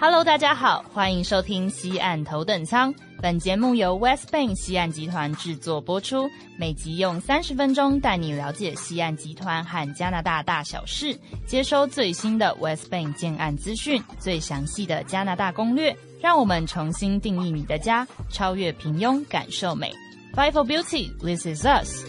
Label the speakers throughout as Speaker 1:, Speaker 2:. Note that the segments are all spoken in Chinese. Speaker 1: Hello，大家好，欢迎收听《西岸头等舱》。本节目由 West Bank 西岸集团制作播出，每集用三十分钟带你了解西岸集团和加拿大大小事，接收最新的 West Bank 建案资讯，最详细的加拿大攻略。让我们重新定义你的家，超越平庸，感受美。Fight for beauty, this is us.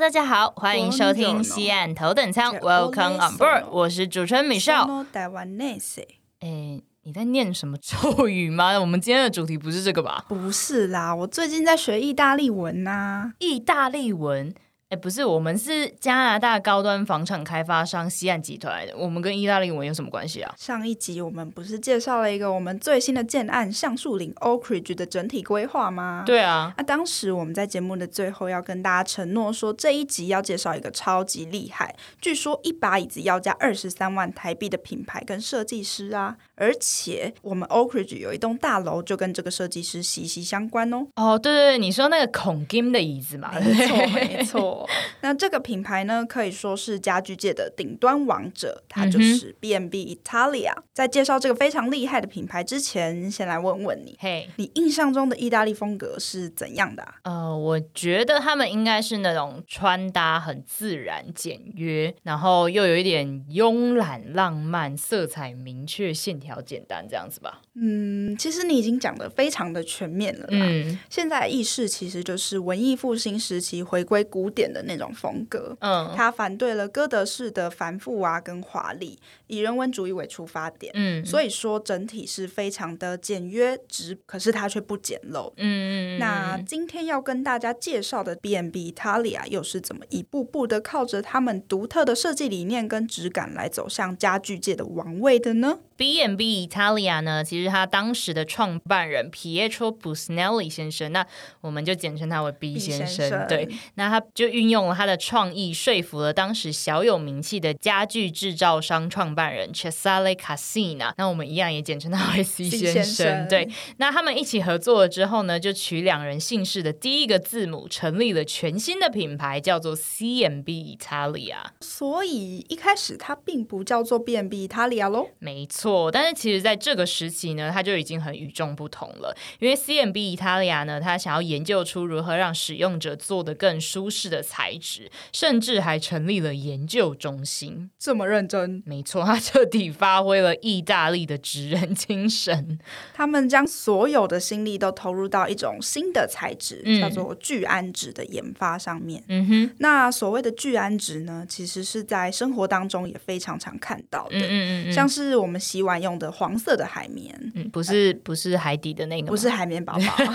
Speaker 1: 大家好，欢迎收听西岸头等舱，Welcome on board，我是主持人米少。
Speaker 2: 台湾内谁？
Speaker 1: 哎，你在念什么咒语吗？我们今天的主题不是这个吧？
Speaker 2: 不是啦，我最近在学意大利文呐、啊。
Speaker 1: 意大利文？哎，不是，我们是加拿大高端房产开发商西岸集团，我们跟意大利文有什么关系啊？
Speaker 2: 上一集我们不是介绍了一个我们最新的建案橡树岭 Oakridge 的整体规划吗？
Speaker 1: 对啊，
Speaker 2: 那、啊、当时我们在节目的最后要跟大家承诺说，这一集要介绍一个超级厉害，据说一把椅子要价二十三万台币的品牌跟设计师啊，而且我们 Oakridge 有一栋大楼就跟这个设计师息息相关哦。
Speaker 1: 哦，对对对，你说那个孔金的椅子嘛，
Speaker 2: 没错没错。那这个品牌呢，可以说是家居界的顶端王者，它就是 B&B Italia。在介绍这个非常厉害的品牌之前，先来问问你，
Speaker 1: 嘿、hey.，
Speaker 2: 你印象中的意大利风格是怎样的、啊？
Speaker 1: 呃，我觉得他们应该是那种穿搭很自然、简约，然后又有一点慵懒、浪漫，色彩明确，线条简单，这样子吧。
Speaker 2: 嗯，其实你已经讲的非常的全面了啦。嗯，现在意式其实就是文艺复兴时期回归古典的那种风格。嗯，他反对了哥德式的繁复啊跟华丽，以人文主义为出发点。嗯，所以说整体是非常的简约直，可是它却不简陋。嗯，那今天要跟大家介绍的 B&B Italia 又是怎么一步步的靠着他们独特的设计理念跟质感来走向家具界的王位的呢？
Speaker 1: B&B Italia 呢，其实它当时的创办人 Pietro Busnelli 先生，那我们就简称他为 B 先生。
Speaker 2: 先生
Speaker 1: 对，那他就运用了他的创意，说服了当时小有名气的家具制造商创办人 Cesare Casina，那我们一样也简称他为 C 先生。
Speaker 2: 先生
Speaker 1: 对，那他们一起合作了之后呢，就取两人姓氏的第一个字母，成立了全新的品牌，叫做 C&B Italia。
Speaker 2: 所以一开始它并不叫做 B&B Italia 喽，
Speaker 1: 没错。但是其实，在这个时期呢，它就已经很与众不同了。因为 C&B Italia 呢，它想要研究出如何让使用者做的更舒适的材质，甚至还成立了研究中心。
Speaker 2: 这么认真？
Speaker 1: 没错，它彻底发挥了意大利的职人精神。
Speaker 2: 他们将所有的心力都投入到一种新的材质，嗯、叫做聚氨酯的研发上面。
Speaker 1: 嗯哼。
Speaker 2: 那所谓的聚氨酯呢，其实是在生活当中也非常常看到的，
Speaker 1: 嗯嗯
Speaker 2: 像是我们习洗碗用的黄色的海绵，
Speaker 1: 嗯，不是不是海底的那个，
Speaker 2: 不是海绵宝 宝，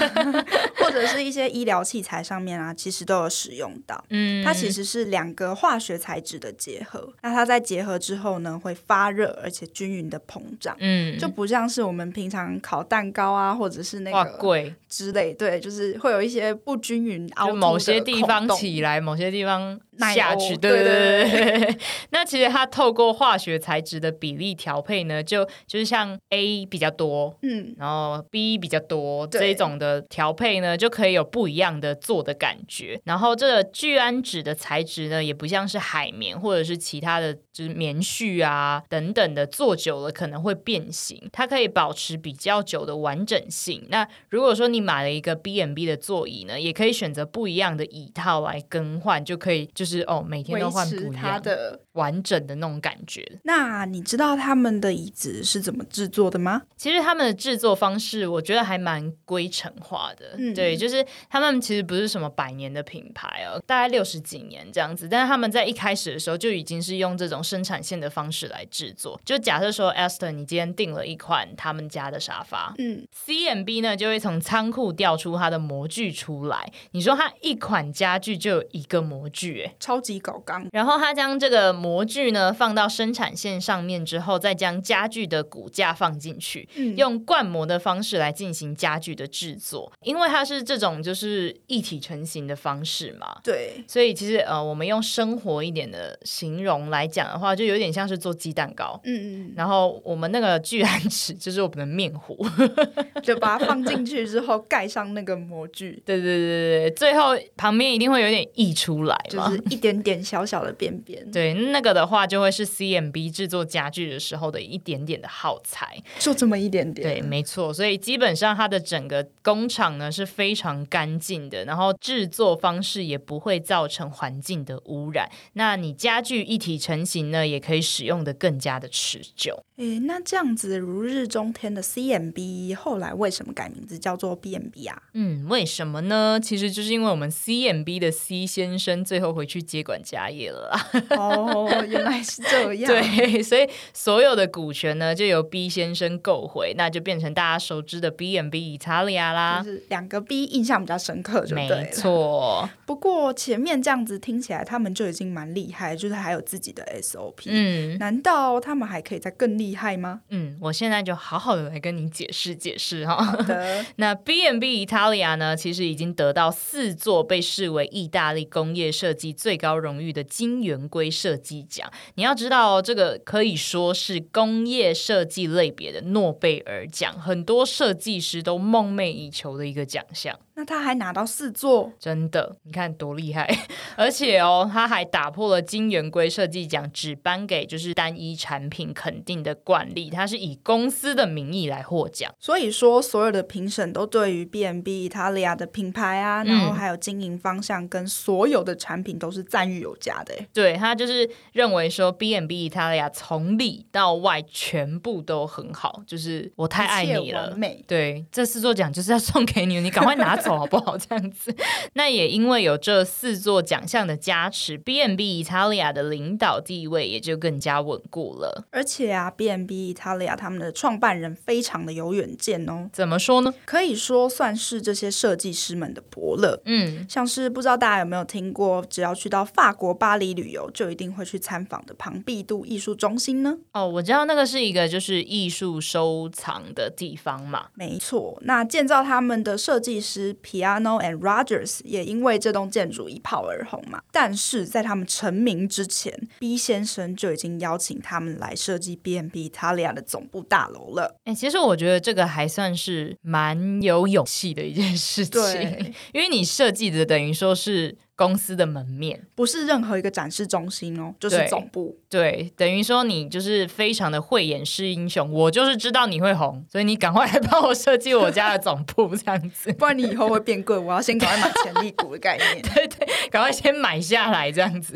Speaker 2: 或者是一些医疗器材上面啊，其实都有使用到。
Speaker 1: 嗯，
Speaker 2: 它其实是两个化学材质的结合。那它在结合之后呢，会发热，而且均匀的膨胀。
Speaker 1: 嗯，
Speaker 2: 就不像是我们平常烤蛋糕啊，或者是那个
Speaker 1: 柜
Speaker 2: 之类，对，就是会有一些不均匀凹
Speaker 1: 凸某些地方起来，某些地方下去。
Speaker 2: 对
Speaker 1: 对对对。 那其实它透过化学材质的比例调配呢，就就就是像 A 比较多，
Speaker 2: 嗯，
Speaker 1: 然后 B 比较多这一种的调配呢，就可以有不一样的做的感觉。然后这个聚氨酯的材质呢，也不像是海绵或者是其他的，就是棉絮啊等等的，做久了可能会变形。它可以保持比较久的完整性。那如果说你买了一个 B M B 的座椅呢，也可以选择不一样的椅套来更换，就可以就是哦，每天都换不一
Speaker 2: 样的
Speaker 1: 完整的那种感觉。
Speaker 2: 那你知道他们的椅子？是怎么制作的吗？
Speaker 1: 其实他们的制作方式，我觉得还蛮规程化的、
Speaker 2: 嗯。
Speaker 1: 对，就是他们其实不是什么百年的品牌哦，大概六十几年这样子。但是他们在一开始的时候就已经是用这种生产线的方式来制作。就假设说，Esther，你今天订了一款他们家的沙发，
Speaker 2: 嗯
Speaker 1: ，C&B 呢就会从仓库调出它的模具出来。你说它一款家具就有一个模具，哎，
Speaker 2: 超级搞纲。
Speaker 1: 然后他将这个模具呢放到生产线上面之后，再将家具的骨架放进去，嗯、用灌模的方式来进行家具的制作。因为它是这种就是一体成型的方式嘛，
Speaker 2: 对，
Speaker 1: 所以其实呃，我们用生活一点的形容来讲的话，就有点像是做鸡蛋糕。嗯嗯。然后我们那个聚氨酯 就是我们的面糊，
Speaker 2: 嗯就把它放进去之后盖上那个模具。
Speaker 1: 对对对对对，最后旁边一定会有点溢出来嘛，
Speaker 2: 就是一点点小小的边边。
Speaker 1: 对，那个的话就会是 CMB 制作家具的时候的一点点的耗材，
Speaker 2: 就这么一点点。
Speaker 1: 对，没错。所以基本上它的整个工厂呢是非常干净的，然后制作方式也不会造成环境的污染。那你家具一体成型呢，也可以使用的更加的持久。
Speaker 2: 诶，那这样子如日中天的 CMB 后来为什么改名字叫做 BMB 啊？
Speaker 1: 嗯，为什么呢？其实就是因为我们 CMB 的 C 先生最后回去接管家业了啦。
Speaker 2: 哦，原来是这 样。
Speaker 1: 对，所以所有的股权呢就由 B 先生购回，那就变成大家熟知的 BMB Italia 啦。
Speaker 2: 就是两个 B 印象比较深刻就对，
Speaker 1: 没错。
Speaker 2: 不过前面这样子听起来他们就已经蛮厉害，就是还有自己的 SOP。嗯，难道他们还可以再更厉？厉害吗？
Speaker 1: 嗯，我现在就好好的来跟你解释解释哈。
Speaker 2: 好的，
Speaker 1: 那 B and B Italia 呢，其实已经得到四座被视为意大利工业设计最高荣誉的金圆规设计奖。你要知道、哦，这个可以说是工业设计类别的诺贝尔奖，很多设计师都梦寐以求的一个奖项。
Speaker 2: 那他还拿到四座，
Speaker 1: 真的，你看多厉害！ 而且哦，他还打破了金圆规设计奖只颁给就是单一产品肯定的惯例，他是以公司的名义来获奖。
Speaker 2: 所以说，所有的评审都对于 B&B Italia 的品牌啊，
Speaker 1: 嗯
Speaker 2: 然后还有经营方向跟所有的产品都是赞誉有加的。欸
Speaker 1: 对他就是认为说 B&B Italia 从里到外全部都很好，就是我太爱你了。
Speaker 2: 美
Speaker 1: 对，这四座奖就是要送给你，你赶快拿。好不好？这样子， 那也因为有这四座奖项的加持，B&B Italia 的领导地位也就更加稳固了。
Speaker 2: 而且啊，B&B Italia 他们的创办人非常的有远见哦。
Speaker 1: 怎么说呢？
Speaker 2: 可以说算是这些设计师们的伯乐。嗯，像是不知道大家有没有听过，只要去到法国巴黎旅游，就一定会去参访的庞毕度艺术中心呢？
Speaker 1: 哦，我知道那个是一个就是艺术收藏的地方嘛。
Speaker 2: 没错，那建造他们的设计师。Piano and Rogers 也因为这栋建筑一炮而红嘛，但是在他们成名之前，B 先生就已经邀请他们来设计 B&B Italia 的总部大楼了。
Speaker 1: 哎、欸，其实我觉得这个还算是蛮有勇气的一件事情， 因为你设计的等于说是。公司的门面
Speaker 2: 不是任何一个展示中心哦，就是总部。
Speaker 1: 对，等于说你就是非常的慧眼识英雄，我就是知道你会红，所以你赶快来帮我设计我家的总部这样子，
Speaker 2: 不然你以后会变贵。我要先赶快买潜力股的概念，
Speaker 1: 对对，赶快先买下来这样子。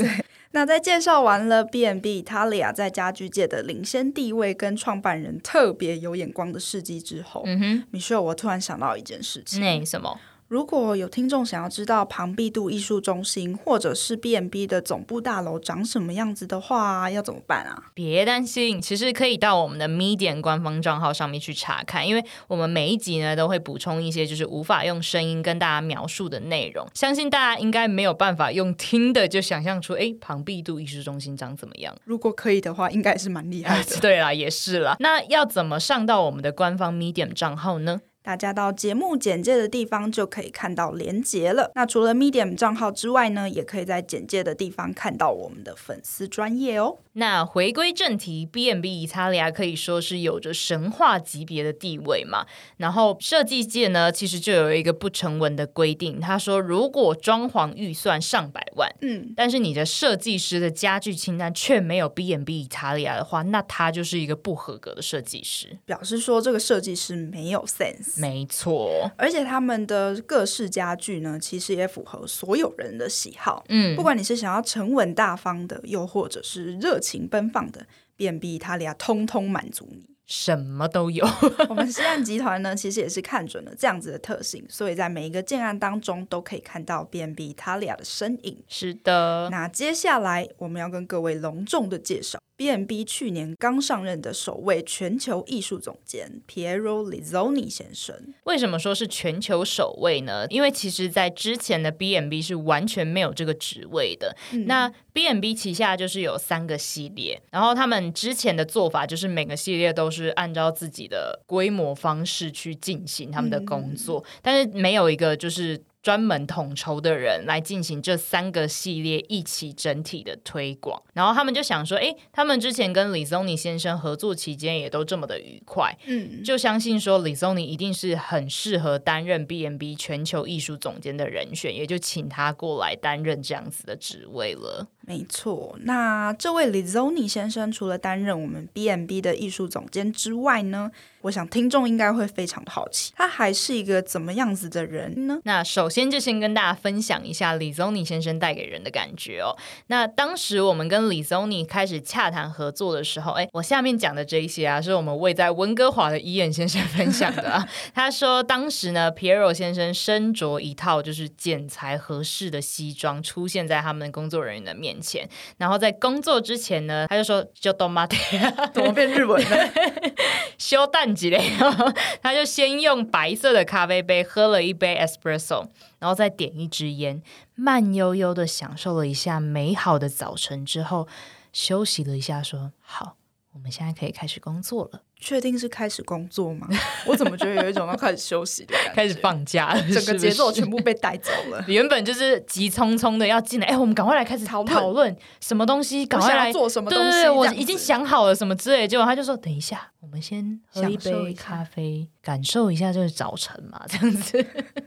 Speaker 2: 那在介绍完了 B&B Italia 在家居界的领先地位跟创办人特别有眼光的事迹之后，嗯哼，米秀，我突然想到一件事 情，
Speaker 1: 那什么？
Speaker 2: 如果有听众想要知道庞毕度艺术中心或者是 B&B 的总部大楼长什么样子的话，要怎么办啊？
Speaker 1: 别担心，其实可以到我们的 Medium 官方账号上面去查看，因为我们每一集呢都会补充一些就是无法用声音跟大家描述的内容。相信大家应该没有办法用听的就想象出，哎，庞毕度艺术中心长怎么样？
Speaker 2: 如果可以的话，应该是蛮厉害的。
Speaker 1: 对啦，也是啦。那要怎么上到我们的官方 Medium 账号呢？
Speaker 2: 大家到节目简介的地方就可以看到连结了。那除了 Medium 账号之外呢，也可以在简介的地方看到我们的粉丝专业哦。
Speaker 1: 那回归正题，B&B Italia 可以说是有着神话级别的地位嘛。然后设计界呢，其实就有一个不成文的规定，他说如果装潢预算上百万，嗯，但是你的设计师的家具清单却没有 B&B Italia 的话，那他就是一个不合格的设计师，
Speaker 2: 表示说这个设计师没有 sense。
Speaker 1: 没错，
Speaker 2: 而且他们的各式家具呢，其实也符合所有人的喜好。嗯，不管你是想要沉稳大方的，又或者是热情奔放的，B&B 他俩通通满足你。
Speaker 1: 什么都有
Speaker 2: 我们西岸集团呢，其实也是看准了这样子的特性，所以在每一个建案当中都可以看到 B&B Italia 的身影。
Speaker 1: 是的，
Speaker 2: 那接下来我们要跟各位隆重的介绍 B&B 去年刚上任的首位全球艺术总监 Piero Lizzoni 先生。
Speaker 1: 为什么说是全球首位呢？因为其实在之前的 B&B 是完全没有这个职位的。嗯、那 B&B 旗下就是有三个系列，然后他们之前的做法就是每个系列都是按照自己的规模方式去进行他们的工作，嗯、但是没有一个就是专门统筹的人来进行这三个系列一起整体的推广。然后他们就想说，诶，他们之前跟李宗尼先生合作期间也都这么的愉快，嗯，就相信说李宗尼一定是很适合担任 B&B 全球艺术总监的人选，也就请他过来担任这样子的职位了。
Speaker 2: 没错，那这位 Lizoni 先生除了担任我们 B&B 的艺术总监之外呢，我想听众应该会非常的好奇，他还是一个怎么样子的 人呢？
Speaker 1: 那首先就先跟大家分享一下 Lizoni 先生带给人的感觉哦。那当时我们跟 Lizoni 开始洽谈合作的时候，哎，我下面讲的这一些啊，是我们位在温哥华的伊恩先生分享的、啊。 他说，当时呢，Piero 先生身着一套就是剪裁合适的西装，出现在他们工作人员的面前。前，然后在工作之前呢，他就说就动马的，
Speaker 2: 怎么变日文呢？
Speaker 1: 修蛋之类， 他就先用白色的咖啡杯喝了一杯 espresso，然后再点一支烟，慢悠悠的享受了一下美好的早晨之后，休息了一下说，说好，我们现在可以开始工作了。
Speaker 2: 确定是开始工作吗？我怎么觉得有一种要开始休息的感觉，
Speaker 1: 开始放假了，
Speaker 2: 整个节 奏全部被带走了。
Speaker 1: 原本就是急匆匆的要进来，哎、欸，我们赶快来开始讨论什么东西，赶快来
Speaker 2: 做什么
Speaker 1: 东西。对对对，我已经想好了什么之类。结果他就说：“等一下，我们先喝一杯咖啡，感受一下这个早晨嘛，这样 子。”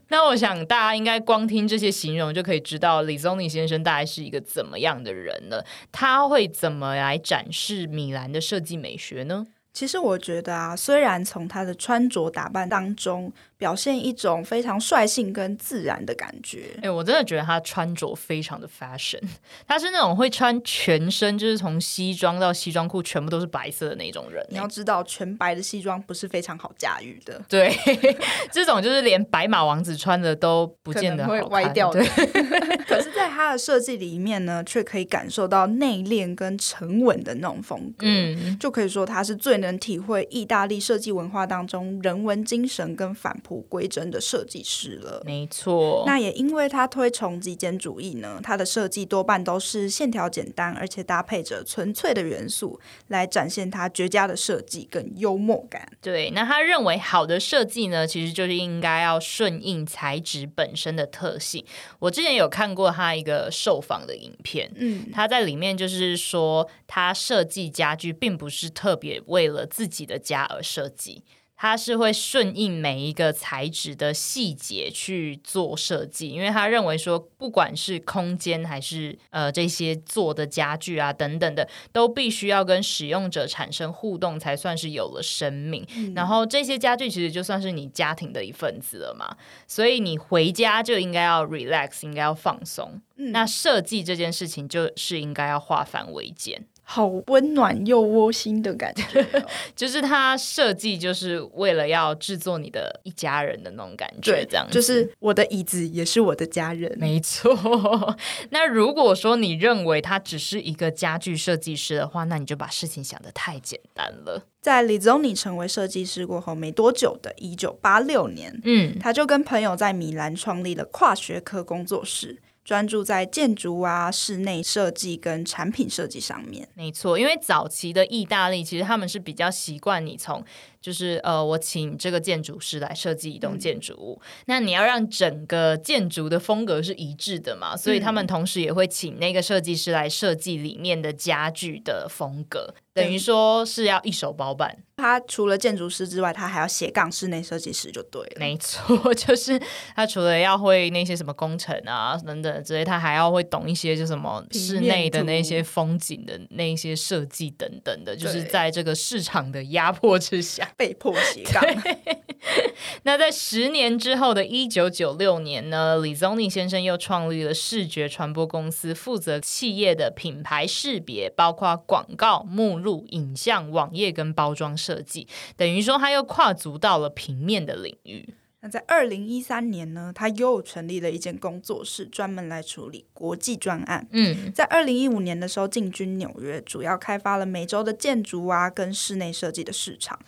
Speaker 1: 那我想大家应该光听这些形容就可以知道李宗尼先生大概是一个怎么样的人了。他会怎么来展示米兰的设计美学呢？
Speaker 2: 其实我觉得啊，虽然从他的穿着打扮当中表现一种非常率性跟自然的感觉，
Speaker 1: 哎、欸，我真的觉得他穿着非常的 fashion，他是那种会穿全身，就是从西装到西装裤全部都是白色的那种人、欸。
Speaker 2: 你要知道，全白的西装不是非常好驾驭的。
Speaker 1: 对，这种就是连白马王子穿的都不见得
Speaker 2: 会歪掉的。 可是，在他的设计里面呢，却可以感受到内敛跟沉稳的那种风格。嗯，就可以说他是最。能体会意大利设计文化当中人文精神跟返璞归真的设计师了。
Speaker 1: 没错，
Speaker 2: 那也因为他推崇极简主义呢，他的设计多半都是线条简单，而且搭配着纯粹的元素来展现他绝佳的设计跟幽默感。
Speaker 1: 对，那他认为好的设计呢，其实就是应该要顺应材质本身的特性。我之前有看过他一个受访的影片，嗯，他在里面就是说他设计家具并不是特别为了了自己的家而设计，他是会顺应每一个材质的细节去做设计，因为他认为说，不管是空间还是呃这些做的家具啊等等的，都必须要跟使用者产生互动，才算是有了生命。嗯、然后这些家具其实就算是你家庭的一份子了嘛，所以你回家就应该要 relax，应该要放松。嗯、那设计这件事情就是应该要化繁为简。
Speaker 2: 好温暖又窝心的感觉、 哦，
Speaker 1: 就是它设计就是为了要制作你的一家人的那种感觉，这样
Speaker 2: 就是我的椅子也是我的家人，
Speaker 1: 没错。 那如果说你认为他只是一个家具设计师的话，那你就把事情想的太简单了。
Speaker 2: 在 Lizoni 成为设计师过后没多久的一九八六年，嗯，他就跟朋友在米兰创立了跨学科工作室。专注在建筑啊、室内设计跟产品设计上面。
Speaker 1: 没错，因为早期的意大利其实他们是比较习惯你从就是呃，我请这个建筑师来设计一栋建筑物，嗯、那你要让整个建筑的风格是一致的嘛，所以他们同时也会请那个设计师来设计里面的家具的风格，等于说是要一手包办。
Speaker 2: 他除了建筑师之外，他还要斜杠室内设计师，就对了。
Speaker 1: 没错， 就是他除了要会那些什么工程啊等等之类，他还要会懂一些就什么室内的那些风景的那些设计等等的，就是在这个市场的压迫之下
Speaker 2: 被迫斜 杠。
Speaker 1: 那在十年之后的一九九六年呢，李宗尼先生又创立了视觉传播公司，负责企业的品牌识别，包括广告、目录、影像、网页跟包装设。设计等于说，他又跨足到了平面的领域。
Speaker 2: 那在二零一三年呢，他又成立了一间工作室，专门来处理国际专案。
Speaker 1: 嗯，
Speaker 2: 在二零一五年的时候进军纽约，主要开发了美洲的建筑啊跟室内设计的市场，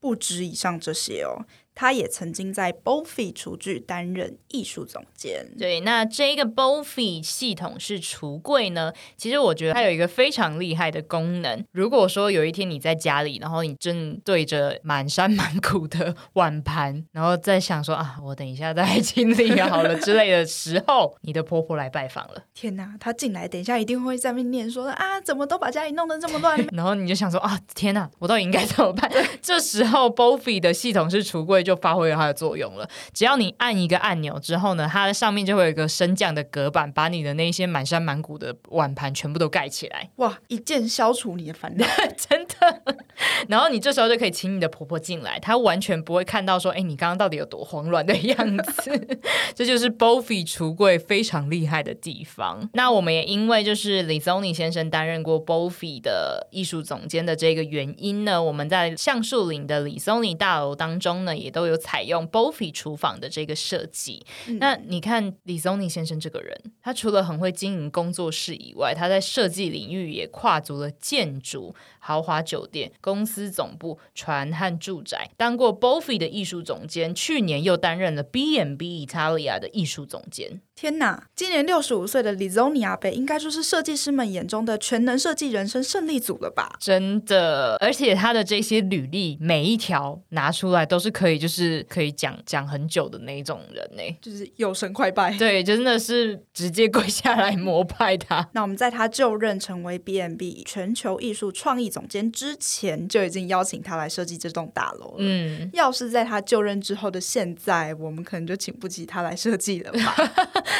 Speaker 2: 不止以上这些哦。他也曾经在 Bofi 厨具担任艺术总监。
Speaker 1: 对，那这个 Bofi 系统是橱柜呢，其实我觉得它有一个非常厉害的功能。如果说有一天你在家里，然后你正对着满山满谷的碗盘，然后在想说啊，我等一下再清理好了之类的时候，你的婆婆来拜访了。
Speaker 2: 天哪，她进来，等一下一定会在那念说啊，怎么都把家里弄得这么乱。
Speaker 1: 然后你就想说啊，天哪，我到底应该怎么办？ 这时候 Bofi 的系统是橱柜。就发挥了它的作用了。只要你按一个按钮之后呢，它的上面就会有一个升降的隔板，把你的那些满山满谷的碗盘全部都盖起来。
Speaker 2: 哇，一键消除你的烦恼，
Speaker 1: 真的。 然后你这时候就可以请你的婆婆进来，她完全不会看到说，哎、欸，你刚刚到底有多慌乱的样子。 这就是 Bofi 橱柜非常厉害的地方。那我们也因为就是李宗尼先生担任过 Bofi 的艺术总监的这个原因呢，我们在橡树岭的李宗尼大楼当中呢，也。都有采用 Bofi 厨房的这个设计。嗯、那你看李宗尼先生这个人，他除了很会经营工作室以外，他在设计领域也跨足了建筑、豪华酒店、公司总部、船和住宅，当过 Bofi 的艺术总监，去年又担任了 B&B Italia 的艺术总监。
Speaker 2: 天哪！今年六十五岁的李宗尼阿贝，应该就是设计师们眼中的全能设计人生胜利组了吧？
Speaker 1: 真的，而且他的这些履历每一条拿出来都是可以，就是可以讲讲很久的那一种人呢、欸，
Speaker 2: 就是有神快拜。
Speaker 1: 对，真的是直接跪下来膜拜他。
Speaker 2: 那我们在他就任成为 B&B 全球艺术创意总监之前，就已经邀请他来设计这栋大楼了。
Speaker 1: 嗯，
Speaker 2: 要是在他就任之后的现在，我们可能就请不起他来设计了 吧。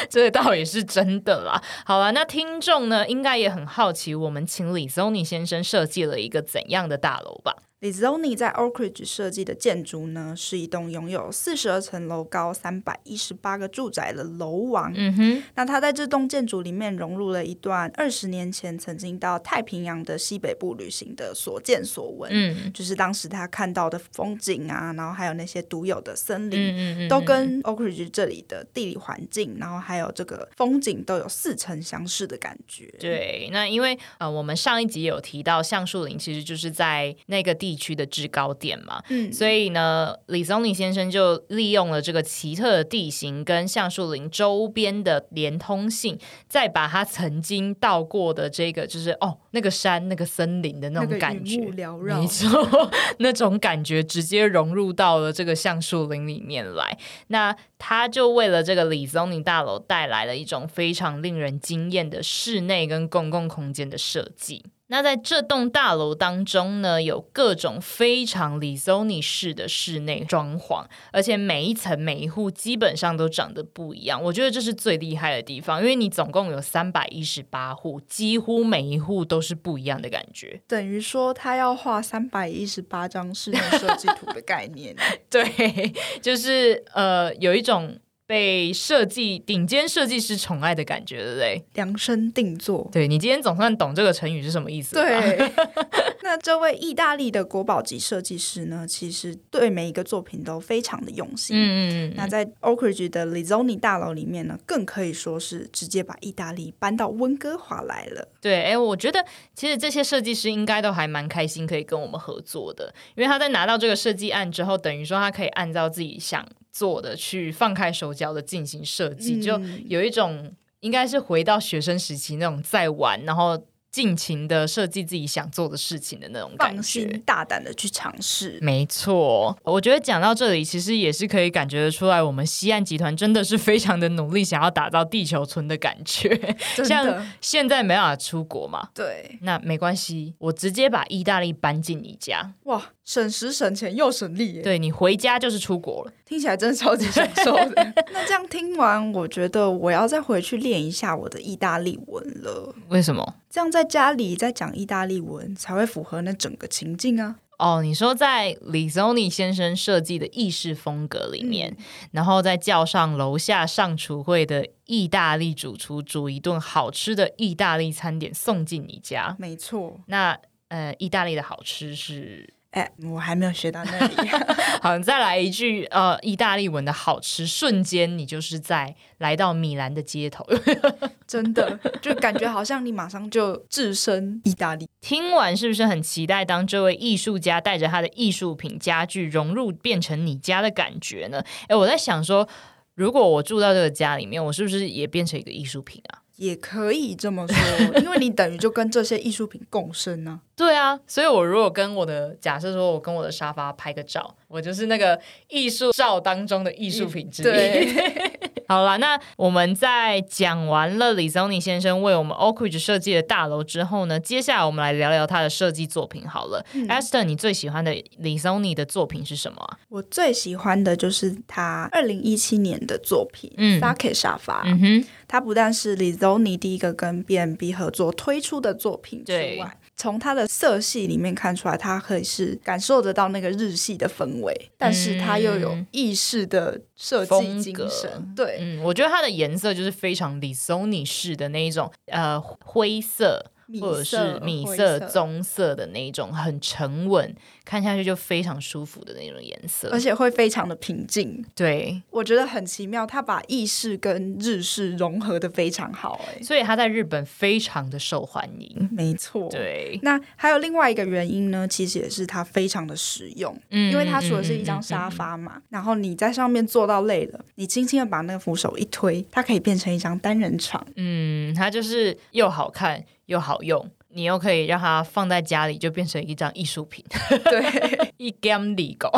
Speaker 1: 这倒也是真的啦。好了，那听众呢，应该也很好奇，我们请李宗尼先生设计了一个怎样的大楼吧？
Speaker 2: 李 Zoni 在 Oakridge 设计的建筑呢，是一栋拥有四十二层楼高、三百一十八个住宅的楼王。
Speaker 1: 嗯哼，
Speaker 2: 那他在这栋建筑里面融入了一段二十年前曾经到太平洋的西北部旅行的所见所闻，
Speaker 1: 嗯，
Speaker 2: 就是当时他看到的风景啊，然后还有那些独有的森林，
Speaker 1: 嗯嗯嗯
Speaker 2: 都跟 Oakridge 这里的地理环境，然后还有这个风景都有似曾相识的感觉。
Speaker 1: 对，那因为呃，我们上一集有提到橡树林，其实就是在那个地。地区的制高点嘛，
Speaker 2: 嗯，
Speaker 1: 所以呢，李松林先生就利用了这个奇特的地形跟橡树林周边的连通性，再把他曾经到过的这个，就是哦，那个山、那个森林的那种感觉，
Speaker 2: 缭绕，
Speaker 1: 没错， 那种感觉直接融入到了这个橡树林里面来。那他就为了这个李宗宁大楼带来了一种非常令人惊艳的室内跟公共空间的设计。那在这栋大楼当中呢，有各种非常 Lizoni 式的室内装潢，而且每一层每一户基本上都长得不一样。我觉得这是最厉害的地方，因为你总共有三百一十八户，几乎每一户都是不一样的感觉。
Speaker 2: 等于说，他要画三百一十八张室内设计图的概念。
Speaker 1: 对，就是呃，有一种。被设计顶尖设计师宠爱的感觉，对不对？
Speaker 2: 量身定做，
Speaker 1: 对你今天总算懂这个成语是什么意思。
Speaker 2: 对， 那这位意大利的国宝级设计师呢，其实对每一个作品都非常的用心。
Speaker 1: 嗯嗯嗯。
Speaker 2: 那在 Oakridge 的 Lizoni 大楼里面呢，更可以说是直接把意大利搬到温哥华来了。
Speaker 1: 对，哎，我觉得其实这些设计师应该都还蛮开心可以跟我们合作的，因为他在拿到这个设计案之后，等于说他可以按照自己想。做的去放开手脚的进行设计，就
Speaker 2: 嗯
Speaker 1: 有一种应该是回到学生时期那种在玩，然后尽情的设计自己想做的事情的那种感觉，
Speaker 2: 放心大胆的去尝 试。
Speaker 1: 没错，我觉得讲到这里，其实也是可以感觉得出来，我们西岸集团真的是非常的努力，想要打造地球村的感觉。 像现在没办法出国嘛，
Speaker 2: 对，
Speaker 1: 那没关系，我直接把意大利搬进你家，
Speaker 2: 哇，省时省钱又省力耶。
Speaker 1: 对你回家就是出国了。
Speaker 2: 听起来真的超级享受 的。那这样听完，我觉得我要再回去练一下我的意大利文了。
Speaker 1: 为什么？
Speaker 2: 这样在家里再讲意大利文，才会符合那整个情境啊。
Speaker 1: 哦，你说在李 Zoni 先生设计的意式风格里面，
Speaker 2: 嗯
Speaker 1: 然后再叫上楼下上厨会的意大利主厨煮一顿好吃的意大利餐点送进你家，
Speaker 2: 没错，
Speaker 1: 那呃，意大利的好吃是
Speaker 2: 哎，我还没有学到那里。
Speaker 1: 好，你再来一句呃，意大利文的好吃，瞬间你就是在来到米兰的街头，
Speaker 2: 真的就感觉好像你马上就置身意大利。
Speaker 1: 听完是不是很期待？当这位艺术家带着他的艺术品家具融入，变成你家的感觉呢？哎，我在想说，如果我住到这个家里面，我是不是也变成一个艺术品啊？
Speaker 2: 也可以这 么说，因为你等于就跟这些艺术品共生呢、
Speaker 1: 啊。对啊，所以我如果跟我的假设说，我跟我的沙发拍个照，我就是那个艺术照当中的艺术品之一。
Speaker 2: 对，
Speaker 1: 好了，那我们在讲完了李宗尼先生为我们 Oakridge 设计的大楼之后呢，接下来我们来聊聊他的设计作品好了。嗯、Esther，你最喜欢的李宗尼的作品是什么啊？
Speaker 2: 我最喜欢的就是他二零一七年的作品《Sake、嗯、沙发》。嗯哼。它不但是李宗尼第一个跟 B&B 合作推出的作品之外，从它的色系里面看出来，它可以是感受得到那个日系的氛围，但是它又有意式的设计精神。对，
Speaker 1: 嗯，我觉得它的颜色就是非常李宗尼式的那一种，呃，灰色。嗯或者是米色、棕色的那一种，很沉稳，看下去就非常舒服的那种颜色，
Speaker 2: 而且会非常的平静。
Speaker 1: 对，
Speaker 2: 我觉得很奇妙，他把意式跟日式融合的非常好、欸，哎，
Speaker 1: 所以他在日本非常的受欢迎。
Speaker 2: 没错，
Speaker 1: 对。
Speaker 2: 那还有另外一个原因呢，其实也是它非常的实用，嗯，因为它除了是一张沙发嘛，嗯嗯嗯、然后你在上面坐到累了，你轻轻的把那个扶手一推，它可以变成一张单人 床。
Speaker 1: 嗯，它就是又好看。又好用，你又可以让它放在家里，就变成一张艺术品。
Speaker 2: 对，
Speaker 1: 一 gam 里狗，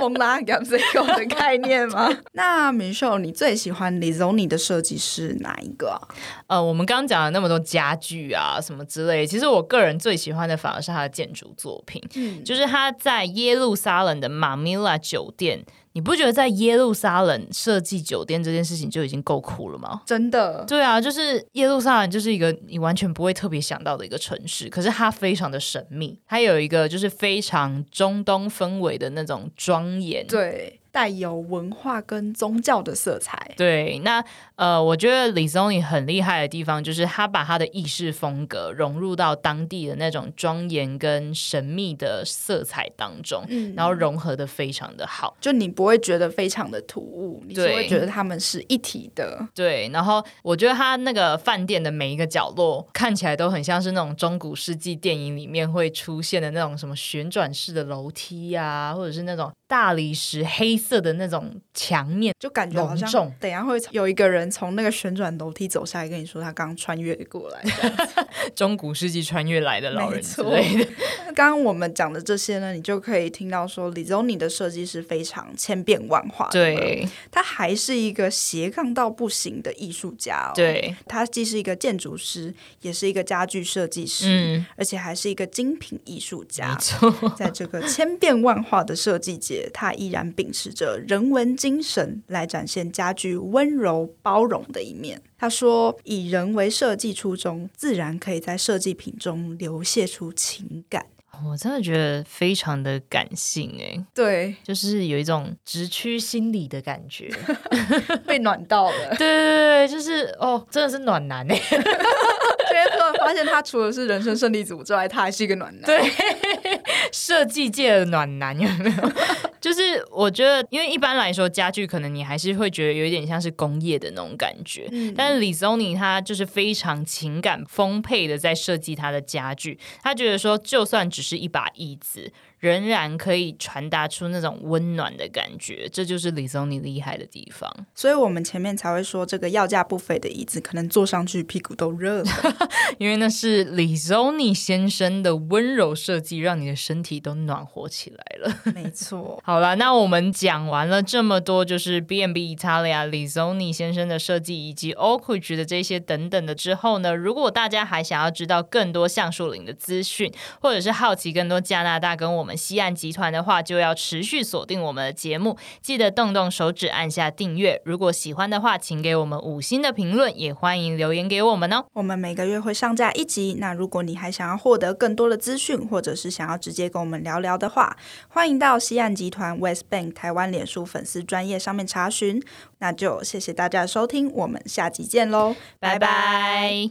Speaker 2: 蒙拉 gam 里狗的概念吗？ 那明秀，你最喜欢李宗尼的设计是哪一个、啊？
Speaker 1: 呃，我们刚刚讲了那么多家具啊，什么之类，其实我个人最喜欢的反而是他的建筑作品，嗯、就是他在耶路撒冷的马米拉酒店。你不觉得在耶路撒冷设计酒店这件事情就已经够酷了吗？
Speaker 2: 真的，
Speaker 1: 对啊，就是耶路撒冷就是一个你完全不会特别想到的一个城市，可是它非常的神秘，它有一个就是非常中东氛围的那种庄严，
Speaker 2: 对。带有文化跟宗教的色彩。
Speaker 1: 对，那呃，我觉得李宗尼很厉害的地方，就是他把他的意式风格融入到当地的那种庄严跟神秘的色彩当中，嗯、然后融合的非常的好，
Speaker 2: 就你不会觉得非常的突兀，你会觉得他们是一体的。
Speaker 1: 对，然后我觉得他那个饭店的每一个角落看起来都很像是那种中古世纪电影里面会出现的那种什么旋转式的楼梯啊，或者是那种大理石黑。色的那种墙面，
Speaker 2: 就感觉好像等下会有一个人从那个旋转楼梯走下来，跟你说他刚穿越过来，
Speaker 1: 中古世纪穿越来的老人之类的。
Speaker 2: 刚刚我们讲的这些呢，你就可以听到说李宗尼的设计是非常千变万化的，
Speaker 1: 对，
Speaker 2: 他还是一个斜杠到不行的艺术家、哦，
Speaker 1: 对，
Speaker 2: 他既是一个建筑师，也是一个家具设计师，嗯，而且还是一个精品艺术家，在这个千变万化的设计界，他依然秉持。着人文精神来展现家具温柔包容的一面。他说：“以人为设计初衷，自然可以在设计品中流泻出情感。”
Speaker 1: 我真的觉得非常的感性哎、欸，
Speaker 2: 对，
Speaker 1: 就是有一种直趋心理的感觉，
Speaker 2: 被暖到了。
Speaker 1: 对 对对，就是哦，真的是暖男哎、欸。
Speaker 2: 突然发现他除了是人生胜利组之外，他还是一个暖男。
Speaker 1: 对，设计界的暖男 有没有？就是我觉得，因为一般来说家具可能你还是会觉得有一点像是工业的那种感觉，嗯、但是李宗尼他就是非常情感丰沛的在设计他的家具，他觉得说就算只是一把椅子。仍然可以传达出那种温暖的感觉，这就是李宗尼厉害的地方。
Speaker 2: 所以我们前面才会说，这个要价不菲的椅子，可能坐上去屁股都热了，
Speaker 1: 因为那是李宗尼先生的温柔设计，让你的身体都暖和起来了。
Speaker 2: 没错。
Speaker 1: 好了，那我们讲完了这么多，就是 B&B Italia 李宗尼先生的设计，以及 Oakridge 的这些等等的之后呢，如果大家还想要知道更多橡树林的资讯，或者是好奇更多加拿大跟我们。西岸集团的话，就要持续锁定我们的节目，记得动动手指按下订阅。如果喜欢的话，请给我们五星的评论，也欢迎留言给我们哦。
Speaker 2: 我们每个月会上架一集，那如果你还想要获得更多的资讯，或者是想要直接跟我们聊聊的话，欢迎到西岸集团 West Bank 台湾脸书粉丝专业上面查询。那就谢谢大家的收听，我们下集见喽，
Speaker 1: 拜拜。